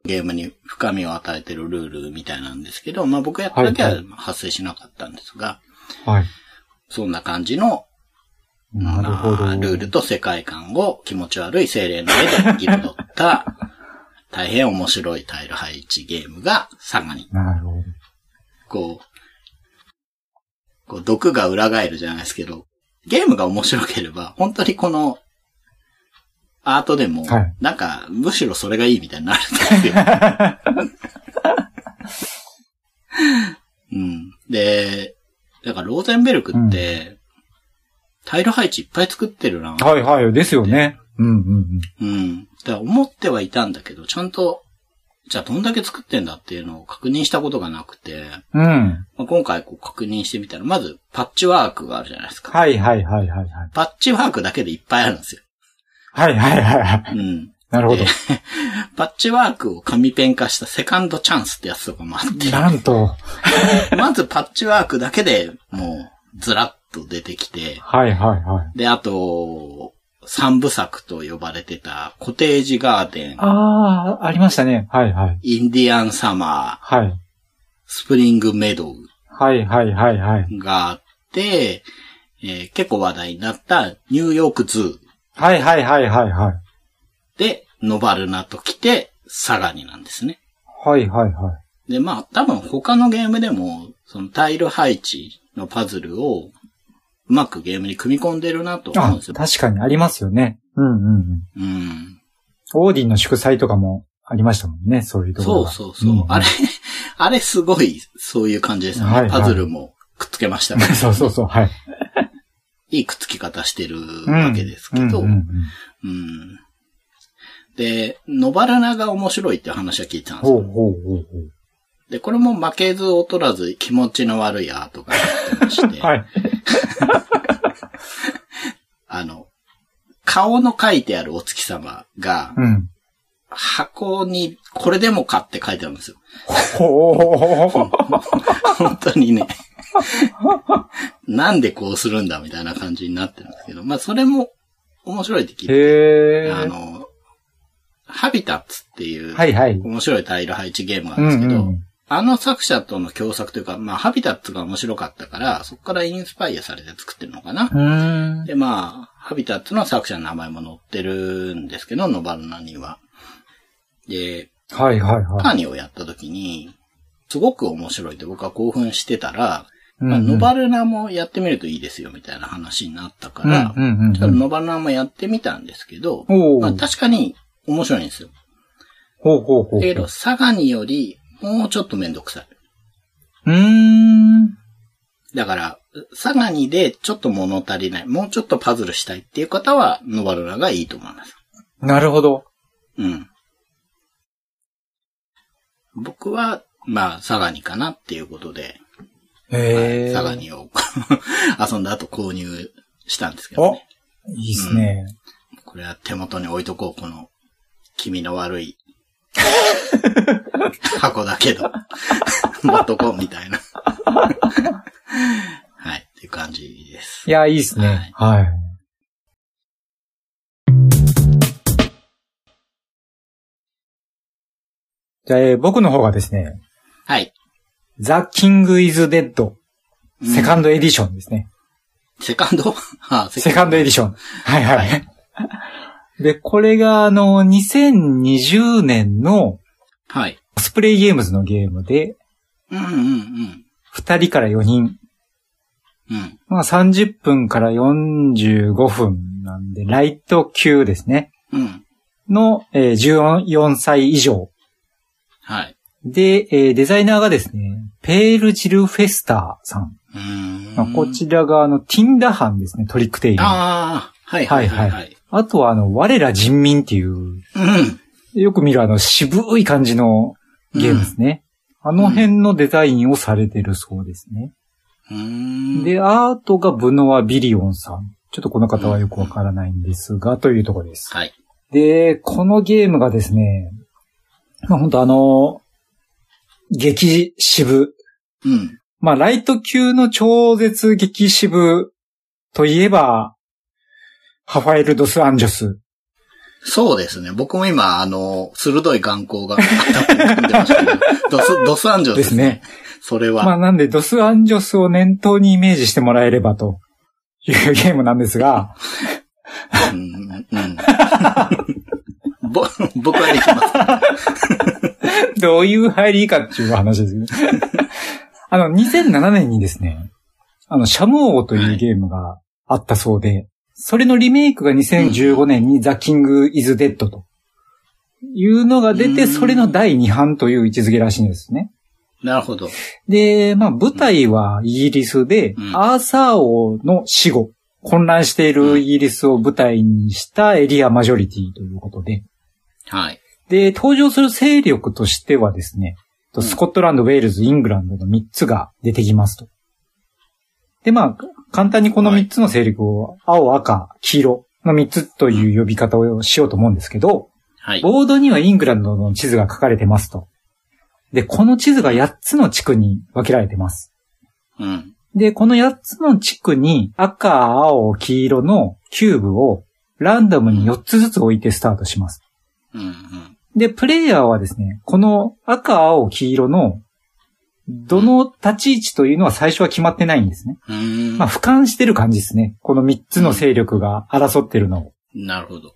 S1: ゲームに深みを与えてるルールみたいなんですけど、まあ僕やった時
S2: はい
S1: は
S2: は
S1: 発生しなかったんですが、
S2: はい。
S1: そんな感じの、
S2: なるほ
S1: まあ
S2: ど。
S1: ルールと世界観を気持ち悪い精霊の絵で彩った、大変面白いタイル配置ゲームが佐賀に、
S2: なるほど。
S1: こう、こう毒が裏返るじゃないですけど、ゲームが面白ければ、本当にこの、アートでも、
S2: はい
S1: なんか、むしろそれがいいみたいになるんですよ。うん。で、だからローゼンベルクって、タイル配置いっぱい作ってるな。
S2: はいはい。ですよね。うんうん
S1: う
S2: うん。
S1: ん。だから思ってはいたんだけど、ちゃんと、じゃあどんだけ作ってんだっていうのを確認したことがなくて、
S2: うん。
S1: まあ、今回こう確認してみたら、まずパッチワークがあるじゃないですか。
S2: はいはいはいはいはい。
S1: パッチワークだけでいっぱいあるんですよ。
S2: はいはいはいはい。
S1: うん。
S2: なるほど
S1: で。パッチワークを紙ペン化したセカンドチャンスってやつとかもあっ
S2: なんと。
S1: て、まずパッチワークだけでもうずらっと出てきて、
S2: はいはいはい。
S1: で、あと、三部作と呼ばれてたコテージガーデン、
S2: ああ、ありましたね。はいはい。
S1: インディアンサマー、
S2: はい。
S1: スプリングメドウ
S2: はいはいはいはい。
S1: があって、えー結構話題になったニューヨークズー
S2: はいはいはいはいはい。
S1: で、ノバルナと来て、サガニなんですね。
S2: はいはいはい。
S1: で、まあ、多分他のゲームでも、そのタイル配置のパズルを、うまくゲームに組み込んでるなと思うん
S2: あ
S1: です、よ。
S2: 確かにありますよね。うんうんうん。
S1: うん。
S2: オーディンの祝祭とかもありましたもんね、そういうところ
S1: そう
S2: が。
S1: そうそう。
S2: んん
S1: あれ、 あれすごい、そういう感じですよね。
S2: はいはい
S1: パズルもくっつけましたから、
S2: そうそうそう、はい。
S1: いいくっつき方してるわけですけど、
S2: うんうんう
S1: う
S2: ん
S1: んで、ノバルナが面白いって話は聞いたんです
S2: ほう
S1: よ。
S2: ほうほう
S1: で、これも負けず劣らず気持ちの悪いアートがやってまし
S2: ほう。
S1: て、
S2: はい。
S1: あの、顔の書いてあるお月様が、
S2: うん。
S1: 箱にこれでもかって書いてあるん ですよ。
S2: ほうほうほうほう。
S1: 本当にね。なんでこうするんだみたいな感じになってるんですけど、まあそれも面白いって聞いて、
S2: へえ。
S1: あの、ハビタッツっていう
S2: はいはい。
S1: 面白いタイル配置ゲームがあ
S2: う
S1: るんですけ
S2: ん
S1: ど、
S2: うん。
S1: あの作者との共作というか、まあハビタッツが面白かったから、そこからインスパイアされて作ってるのかな。
S2: うーん。
S1: で、まあ、ハビタッツの作者の名前も載ってるんですけど、ノバルナには。で、
S2: はいはい
S1: パ
S2: は
S1: ーニをやった時に、すごく面白いって僕は興奮してたら、
S2: い。
S1: まあ、ノ
S2: る
S1: バルナもやってみるといいですよ、みたいな話になったから、
S2: うんうんうん
S1: ちょっとノバルナもやってみたんですけど、
S2: おお。
S1: まあ、確かに面白いんですよ。
S2: ほうほうほう。
S1: だけど、サガニより、もうちょっとめんどくさい。
S2: うーん。
S1: だから、サガニでちょっと物足りない、もうちょっとパズルしたいっていう方は、ノバルナがいいと思います。
S2: なるほど。
S1: うん。僕は、まあ、サガニかなっていうことで、
S2: へえ。
S1: サガニを 遊んだ後購入したんですけど、
S2: お
S1: ね、
S2: いいっすね。
S1: これは手元に置いとこう、この、気味の悪い 箱だけど、 持っとこう、みたいな。 はい、っていう感じです
S2: い。や、いいっすね。はい。じゃあ、えー僕の方がですね、
S1: はい。
S2: ザ・キング・イズ・デッド、セカンドエディションですね。
S1: セカンド あ
S2: セカンドエディション。はいはい。 で、これが、あの、2020年の
S1: はい。
S2: コスプレイゲームズのゲームで、
S1: うんうんうん。
S2: 2人から4人、
S1: うん。
S2: まあ30分から45分なんで、ライト級ですね。
S1: うん。
S2: の、えー14歳以上。
S1: はい。
S2: で、えーデザイナーがですね、ペールジルフェスターさん。
S1: うーん。
S2: まあこちらがあの、ティンダハンですね、トリックテイル。あ
S1: ああ、はいはいはいはい。
S2: とはあの、我ら人民っていう、
S1: うん。
S2: よく見るあの、渋い感じのゲームですね。あの辺のデザインをされてるそうですね。
S1: うーん。
S2: で、アートがブノワ・ビリオンさん。ちょっとこの方はよくわからないんですが、というところです。
S1: はい。
S2: で、このゲームがですね、まあ本当あの、激渋
S1: うん。
S2: まあ、ライト級の超絶激渋といえば、ハファエル・ドス・アンジョス。
S1: そうですね。僕も今、あの、鋭い眼光が頭に浮かんでましたけど、ドス、ドスアンジョス
S2: ですね。
S1: それは。
S2: まあ、なんで、ドス・アンジョスを念頭にイメージしてもらえればというゲームなんですが、
S1: うんうん、ぼ僕はできます。
S2: どういう入りかっていう話ですけど。 あの、2007年にですね、あの、シャム王というゲームがあったそうで、それのリメイクが2015年にザ・キング・イズ・デッドというのが出
S1: う
S2: て、
S1: ん
S2: それの第2版という位置づけらしいんですね。
S1: なるほど。
S2: で、まあ、舞台はイギリスで、
S1: うん
S2: アーサー王の死後、混乱しているイギリスを舞台にしたエリアマジョリティということで、
S1: はい。
S2: で、登場する勢力としてはですね、と
S1: うん
S2: スコットランド、ウェールズ、イングランドの3つが出てきますと。で、まあ、簡単にこの3つの勢力を、青、赤、黄色の3つという呼び方をしようと思うんですけど、
S1: はい。
S2: ボードにはイングランドの地図が書かれてますと。で、この地図が8つの地区に分けられてます。
S1: うん。
S2: で、この8つの地区に赤、青、黄色のキューブをランダムに4つずつ置いてスタートします。
S1: うん。うん。
S2: で、プレイヤーはですね、この赤、青、黄色のどの立ち位置というのは最初は決まってないんですね。
S1: うーん
S2: まあ、俯瞰してる感じですね。この3つの勢力が争ってるのを。
S1: なるほど。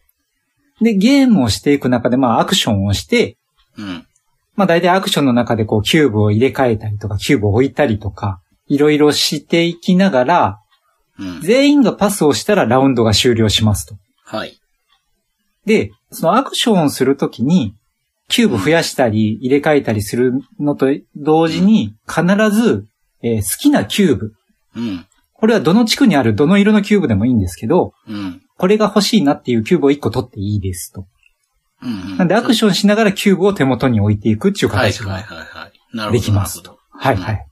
S2: で、ゲームをしていく中で、まあ、アクションをして、
S1: うん。
S2: まあ、大体アクションの中でこう、キューブを入れ替えたりとか、キューブを置いたりとか、いろいろしていきながら、
S1: うん。
S2: 全員がパスをしたらラウンドが終了しますと。
S1: はい。
S2: で、そのアクションをするときに、キューブ増やしたり入れ替えたりするのと同時に、必ず、えー好きなキューブ。
S1: うん。
S2: これはどの地区にあるどの色のキューブでもいいんですけど、
S1: うん。
S2: これが欲しいなっていうキューブを1個取っていいですと。
S1: うん。う
S2: なんでアクションしながらキューブを手元に置いていくっていう
S1: はい
S2: 形
S1: はい
S2: が。
S1: はいはい。なるほど。
S2: できます
S1: なるほ
S2: はい
S1: い
S2: はい。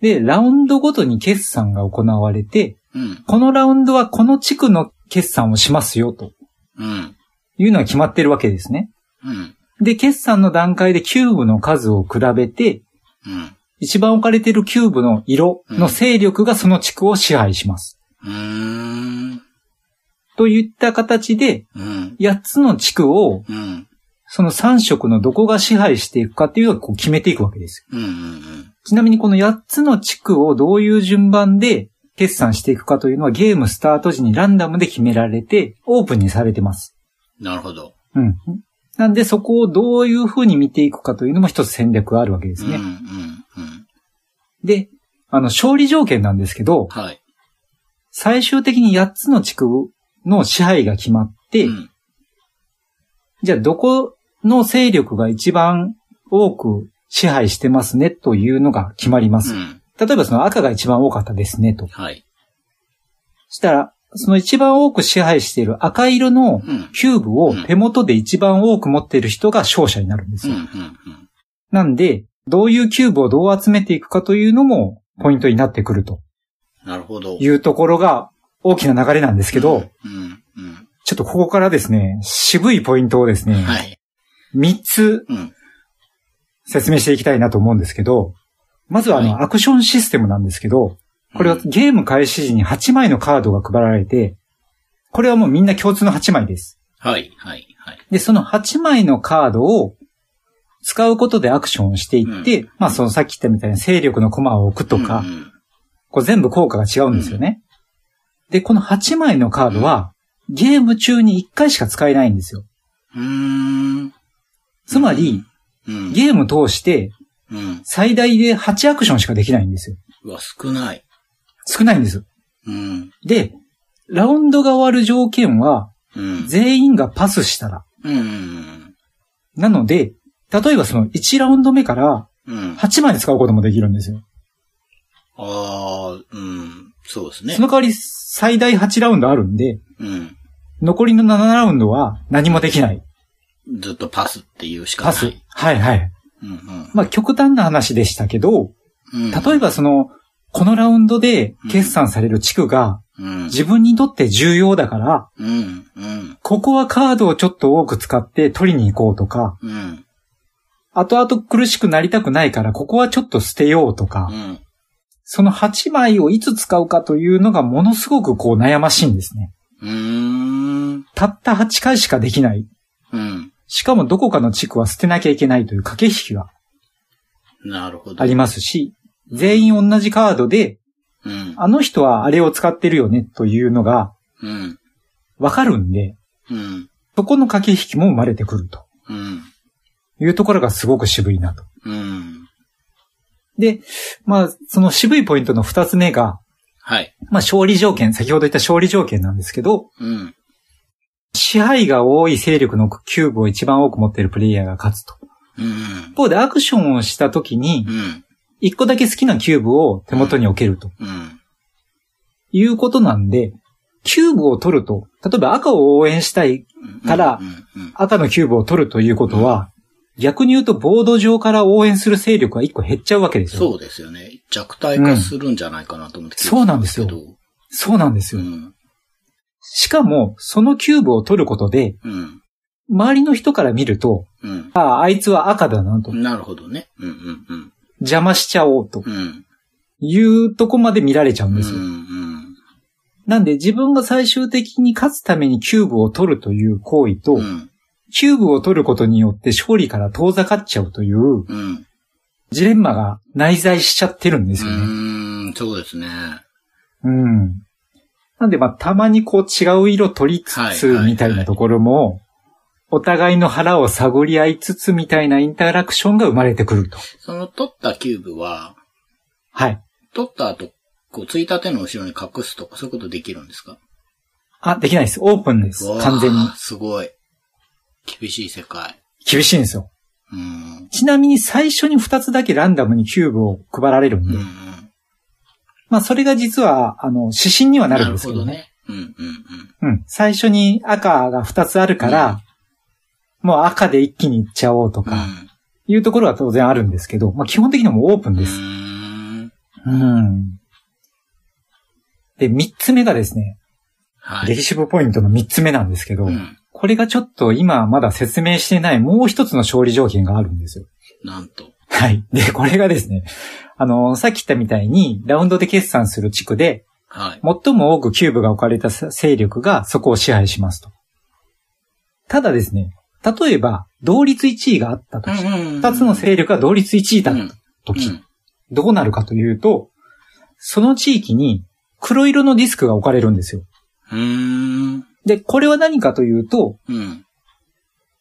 S2: で、ラウンドごとに決算が行われて、
S1: ど。うん。
S2: このラウンドはこの地区の決算をしますよと
S1: うん。
S2: いうのが決まってるわけですね。
S1: うん。
S2: で、決算の段階でキューブの数を比べて、
S1: うん。
S2: 一番置かれているキューブの色の勢力がその地区を支配します。
S1: うーん。
S2: といった形で、
S1: うん。
S2: 8つの地区を、
S1: うん。
S2: その3色のどこが支配していくかっていうのをこう決めていくわけですよ。
S1: うん。うん。
S2: ちなみにこの8つの地区をどういう順番で決算していくかというのはゲームスタート時にランダムで決められて、オープンにされてます。
S1: なるほど。
S2: うん。なんでそこをどういう風に見ていくかというのも一つ戦略があるわけで
S1: う
S2: す
S1: ん。う
S2: ね。
S1: ん。うん。
S2: で、あの、勝利条件なんですけど、
S1: はい。
S2: 最終的に8つの地区の支配が決まって、
S1: うん。
S2: じゃあどこの勢力が一番多く支配してますねというのが決まりま
S1: う
S2: す。
S1: ん。
S2: 例えばその赤が一番多かったですねと。
S1: はい。
S2: そしたら、その一番多く支配している赤色
S1: う
S2: の
S1: ん。
S2: キューブを
S1: うん
S2: 手元で一番多く持っている人が勝者になるんです
S1: うん。う
S2: よ。
S1: ん。
S2: なんで、どういうキューブをどう集めていくかというのもポイントになってくると
S1: うん。なるほど。
S2: いうところが大きな流れなんですけど、
S1: うん。うん。
S2: ちょっとここからですね、渋いポイントをですね、
S1: はい。
S2: 3つ
S1: うん。
S2: 説明していきたいなと思うんですけど、まずはあの、
S1: は
S2: アクションシステムなんですけど、これは
S1: うん
S2: ゲーム開始時に8枚のカードが配られて、これはもうみんな共通の8枚です。
S1: はい、はい、はい。
S2: で、その8枚のカードを使うことでアクションをしていって、まあそのさっき言ったみたいな勢力のコマを置くとか、
S1: うん
S2: こう全部効果が違うんですよね。で、この8枚のカードは、ゲーム中に1回しか使えないんですよ。
S1: うん。うーん
S2: つまり、、
S1: うん、
S2: ゲーム通して
S1: うん。
S2: 最大で8アクションしかできないんですよ。
S1: うわ、少ない。
S2: 少ないんです。
S1: うん。
S2: で、ラウンドが終わる条件は
S1: うん。
S2: 全員がパスしたら。
S1: うん。
S2: なので、例えばその1ラウンド目から
S1: うん。あ
S2: 8枚使うこともできるんですよ。
S1: あー、うん。そうですね
S2: そ。の代わり最大8ラウンドあるんで、
S1: うん。
S2: 残りの7ラウンドは何もできない。
S1: ずっとパスっていうしかな
S2: パ
S1: い。
S2: ス。はいはい。
S1: うん。うん。
S2: まあ極端な話でしたけど、
S1: うん、
S2: 例えばその、このラウンドで決算される地区が
S1: うん。
S2: 自分にとって重要だから、
S1: うん。うん。
S2: ここはカードをちょっと多く使って取りに行こうとか、
S1: うん。
S2: 後々苦しくなりたくないから、ここはちょっと捨てようとか、
S1: うん。
S2: その8枚をいつ使うかというのがものすごくこう悩ましいんですね。
S1: うーん。
S2: たった8回しかできない。
S1: うん。
S2: しかもどこかの地区は捨てなきゃいけないという駆け引きが
S1: なるほど。
S2: ありますし、全員同じカードで、
S1: うん。
S2: あの人はあれを使ってるよねというのが
S1: うん。
S2: わかるんで、
S1: うん。
S2: そこの駆け引きも生まれてくると
S1: うん。
S2: いうところがすごく渋いなと。
S1: うん。
S2: で、まあ、その渋いポイントの二つ目が、
S1: はい。
S2: まあ、勝利条件、先ほど言った勝利条件なんですけど、
S1: うん。
S2: 支配が多い勢力のキューブを一番多く持っているプレイヤーが勝つと。
S1: うん
S2: 一。方でアクションをした時に
S1: う、ん。
S2: 一個だけ好きなキューブを手元に置けると
S1: うん。
S2: いうことなんで、キューブを取ると、例えば赤を応援したいから
S1: うん。うん。
S2: 赤のキューブを取るということは、逆に言うとボード上から応援する勢力が一個減っちゃうわけですよ。
S1: そうですよね。弱体化するんじゃないかなと思って、
S2: うんそうなんですよ
S1: う
S2: そうなんですよ。
S1: ん。
S2: しかも、そのキューブを取ることで、
S1: うん。
S2: 周りの人から見ると、
S1: うん。
S2: ああ、あいつは赤だなと、
S1: なるほどね。うん。うん。
S2: 邪魔しちゃおうと
S1: うん。うん。
S2: いうとこまで見られちゃう
S1: うんん。
S2: ですよ。なんで自分が最終的に勝つためにキューブを取るという行為と、
S1: うん。
S2: キューブを取ることによって勝利から遠ざかっちゃうという
S1: うん。
S2: ジレンマが内在しちゃってるんですよね。
S1: うん。そうですね。
S2: うん。なんでまあたまにこう違う色取りつつ
S1: はいはいはい
S2: みたいなところも、お互いの腹を探り合いつつみたいなインタラクションが生まれてくると。
S1: その取ったキューブは、
S2: はい。
S1: 取った後、こう、ついた手の後ろに隠すとか、そういうことできるんですか
S2: あ、できないです。オープンです。完全に
S1: うわ。ーすごい。厳しい世界。
S2: 厳しいんですよ。
S1: うん。
S2: ちなみに最初に2つだけランダムにキューブを配られるん
S1: う
S2: で、
S1: んうん。
S2: まあそれが実は、あの、指針にはな
S1: な
S2: るん
S1: る
S2: です
S1: ほ
S2: けど
S1: ど
S2: ね。
S1: ね。うんうんうん。
S2: うん。最初に赤が2つあるから、もう赤で一気にいっちゃおうと
S1: うん。
S2: か、いうところは当然あるんですけど、まあ基本的にはもうオープン
S1: う
S2: です。
S1: ーん。
S2: うん。で、3つ目がですね、
S1: は
S2: レ
S1: い。
S2: キシブポイントの3つ目なんですけど、
S1: うん。
S2: これがちょっと今まだ説明してないもう一つの勝利条件があるんですよ。
S1: なんと。
S2: はい。で、これがですね、あの、さっき言ったみたいに、ラウンドで決算する地区で、
S1: はい。
S2: 最も多くキューブが置かれた勢力がそこを支配しますと。ただですね、例えば、同率1位があったとき、
S1: ん
S2: 2つの勢力が同率1位だ
S1: う
S2: っ
S1: ん
S2: たとき、
S1: うん
S2: どうなるかというと、その地域に黒色のディスクが置かれるんですよ。
S1: うーん。
S2: で、これは何かというと、
S1: うん。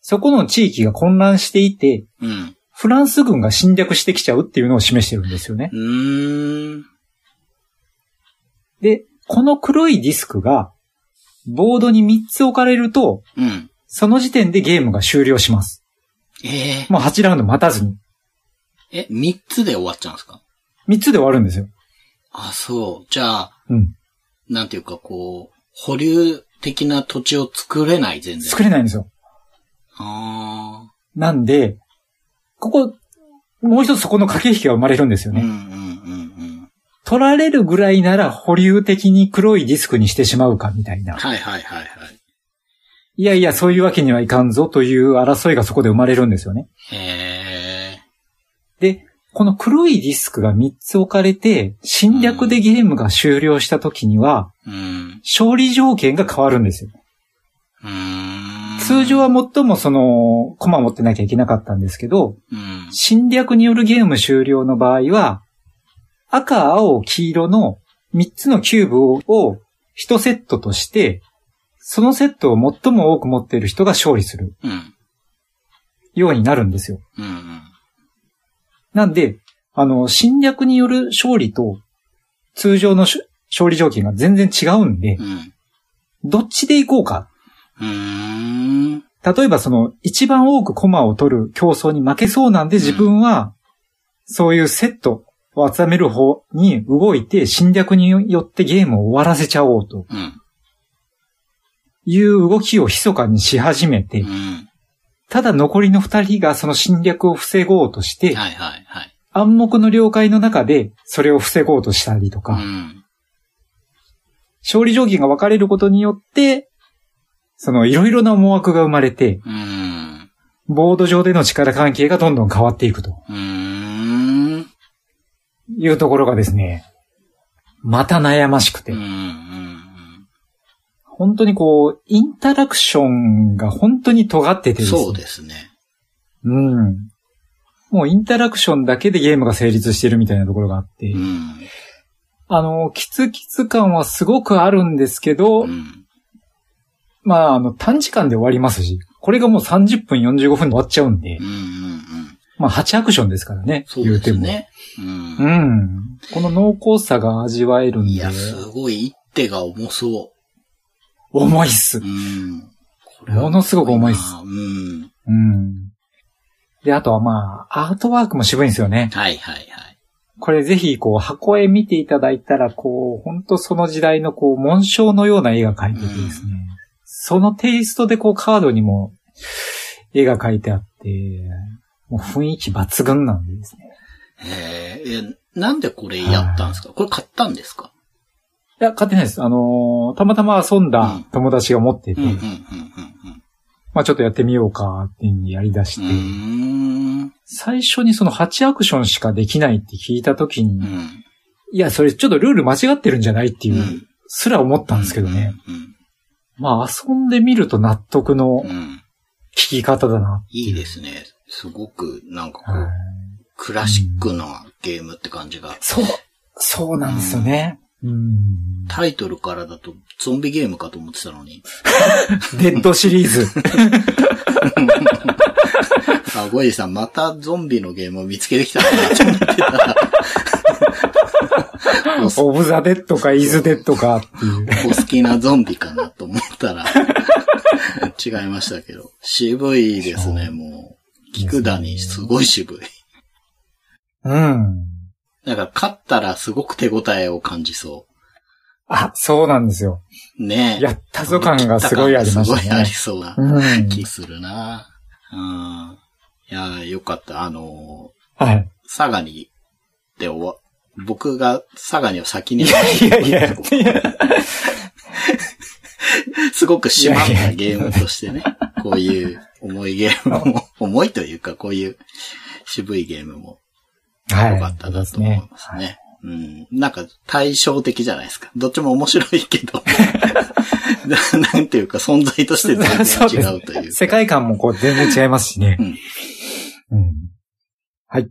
S2: そこの地域が混乱していて、
S1: うん。
S2: フランス軍が侵略してきちゃうっていうのを示してるんですよね。
S1: うーん。
S2: で、この黒いディスクが、ボードに3つ置かれると、
S1: うん。
S2: その時点でゲームが終了します。
S1: え
S2: もう8ラウンド待たずに。
S1: え。え、三つで終わっちゃうんですか
S2: 3つで終わるんですよ。
S1: あ、そう。じゃあ、
S2: うん。
S1: なんていうかこう、保留的な土地を作れない、全然。
S2: 作れないんですよ。
S1: あ
S2: なんで、ここ、もう一つそこの駆け引きが生まれるんです
S1: あ。
S2: よ
S1: うんうん
S2: ね。
S1: うん
S2: 取られるぐらいなら保留的に黒いディスクにしてしまうかみたい
S1: うん。
S2: な。
S1: はいはいはいはい。
S2: いやいや、そういうわけにはいかんぞという争いがそこで生まれるんですよね。
S1: へえ。
S2: で、この黒いディスクが3つ置かれて、侵略でゲームが終了した時には、
S1: うん。
S2: 勝利条件が変わるんですよ。
S1: うーん。
S2: 通常は最もその、駒持ってなきゃいけなかったんですけど、
S1: うん。
S2: 侵略によるゲーム終了の場合は、赤、青、黄色の3つのキューブをを1セットとして、そのセットを最も多く持っている人が勝利する
S1: うん。
S2: ようになるんですよ。
S1: うんうん。
S2: なんで、あの、侵略による勝利と通常のし勝利条件が全然違うんで
S1: う、ん。
S2: どっちでいこうか。
S1: うーん。
S2: 例えばその一番多くコマを取る競争に負けそうなんで自分は、そういうセットを集める方に動いて侵略によってゲームを終わらせちゃおうと
S1: うん。
S2: いう動きを密かにし始めて
S1: う、ん。
S2: ただ残りの二人がその侵略を防ごうとして、
S1: はいはいはい。
S2: 暗黙の了解の中でそれを防ごうとしたりと
S1: う
S2: か、
S1: ん。
S2: 勝利条件が分かれることによって、そのいろいろな思惑が生まれて、
S1: うん。
S2: ボード上での力関係がどんどん変わっていくと
S1: うーん。
S2: いうところがですね、また悩ましくて。
S1: うんうんうん
S2: 本当にこう、インタラクションが本当に尖っててですね。
S1: そうですね。
S2: うん。もうインタラクションだけでゲームが成立してるみたいなところがあって、
S1: うん。
S2: あの、キツキツ感はすごくあるんですけど、
S1: うん。
S2: まあ、あの、短時間で終わりますし、これがもう30分45分で終わっちゃうんで
S1: うんう、んうん。
S2: まあ8アクションですからね、
S1: そうです
S2: 言うても。
S1: ね。うん
S2: うん。この濃厚さが味わえるん
S1: い
S2: で
S1: や、、すごい一手が重そ
S2: 重いっす
S1: う。う。ん。こ
S2: ものすごく重いっす
S1: なうん。
S2: うん。で、あとはまあ、アートワークも渋いんですよね。
S1: はいはいはい。
S2: これぜひ、こう、箱絵見ていただいたら、こう、本当その時代の、こう、紋章のような絵が描いててですね。そのテイストで、こう、カードにも絵が描いてあって、もう雰囲気抜群なんでですね。
S1: えー、えなんでこれやったんですかこれ買ったんですか
S2: いや、買ってないです。あのーたまたま遊ん
S1: う
S2: だ
S1: ん
S2: 友達が持ってて、
S1: うんうんうん
S2: まあちょっとやってみようかっていうふうにやり出して、
S1: うんうん。うーん。
S2: 最初にその8アクションしかできないって聞いた時に、
S1: うん。
S2: いや、それちょっとルール間違ってるんじゃないっていうう、
S1: ん。
S2: すら思ったんですけどね。
S1: うん。
S2: まあ、遊んでみると納得の
S1: うん。うん。
S2: 聞き方だな。
S1: いいですね。すごく、なんかこ、
S2: はいう
S1: クラシックなゲームって感じが。
S2: そう、そうなんですよね。うん。
S1: タイトルからだとゾンビゲームかと思ってたのに。
S2: デッドシリーズ。
S1: あ、ゴエジさん、またゾンビのゲームを見つけてきたなと思ってた。 お好
S2: オブザ・デッドか、イズ・デッドかっていう。
S1: お好きなゾンビかなと思ったら、違いましたけど。渋いですね、もう。菊谷、すごい渋い。
S2: うん。
S1: なんか、勝ったらすごく手応えを感じそ
S2: あ、そうなんですよ。
S1: う。ねえ。
S2: やったぞ感がすごいありまし
S1: すごいあ
S2: た
S1: り
S2: ね。
S1: そうな
S2: うん。
S1: 気するな。うん。いやー、よかった。あの
S2: はい。
S1: ー佐賀に、で終わ、僕が佐賀にを先に。
S2: いやい や、いや
S1: すごく締まったゲームとしてね、こういう重いゲームも、重いというか、こういう渋いゲームも
S2: はい。
S1: 良かったなと思いますね。うん、なんか対照的じゃないですか。どっちも面白いけ ど、ななんていうか存在として全
S2: そうです
S1: 然違
S2: ね
S1: うというか。
S2: 世界観もこう全然違いますしね。うん。はい。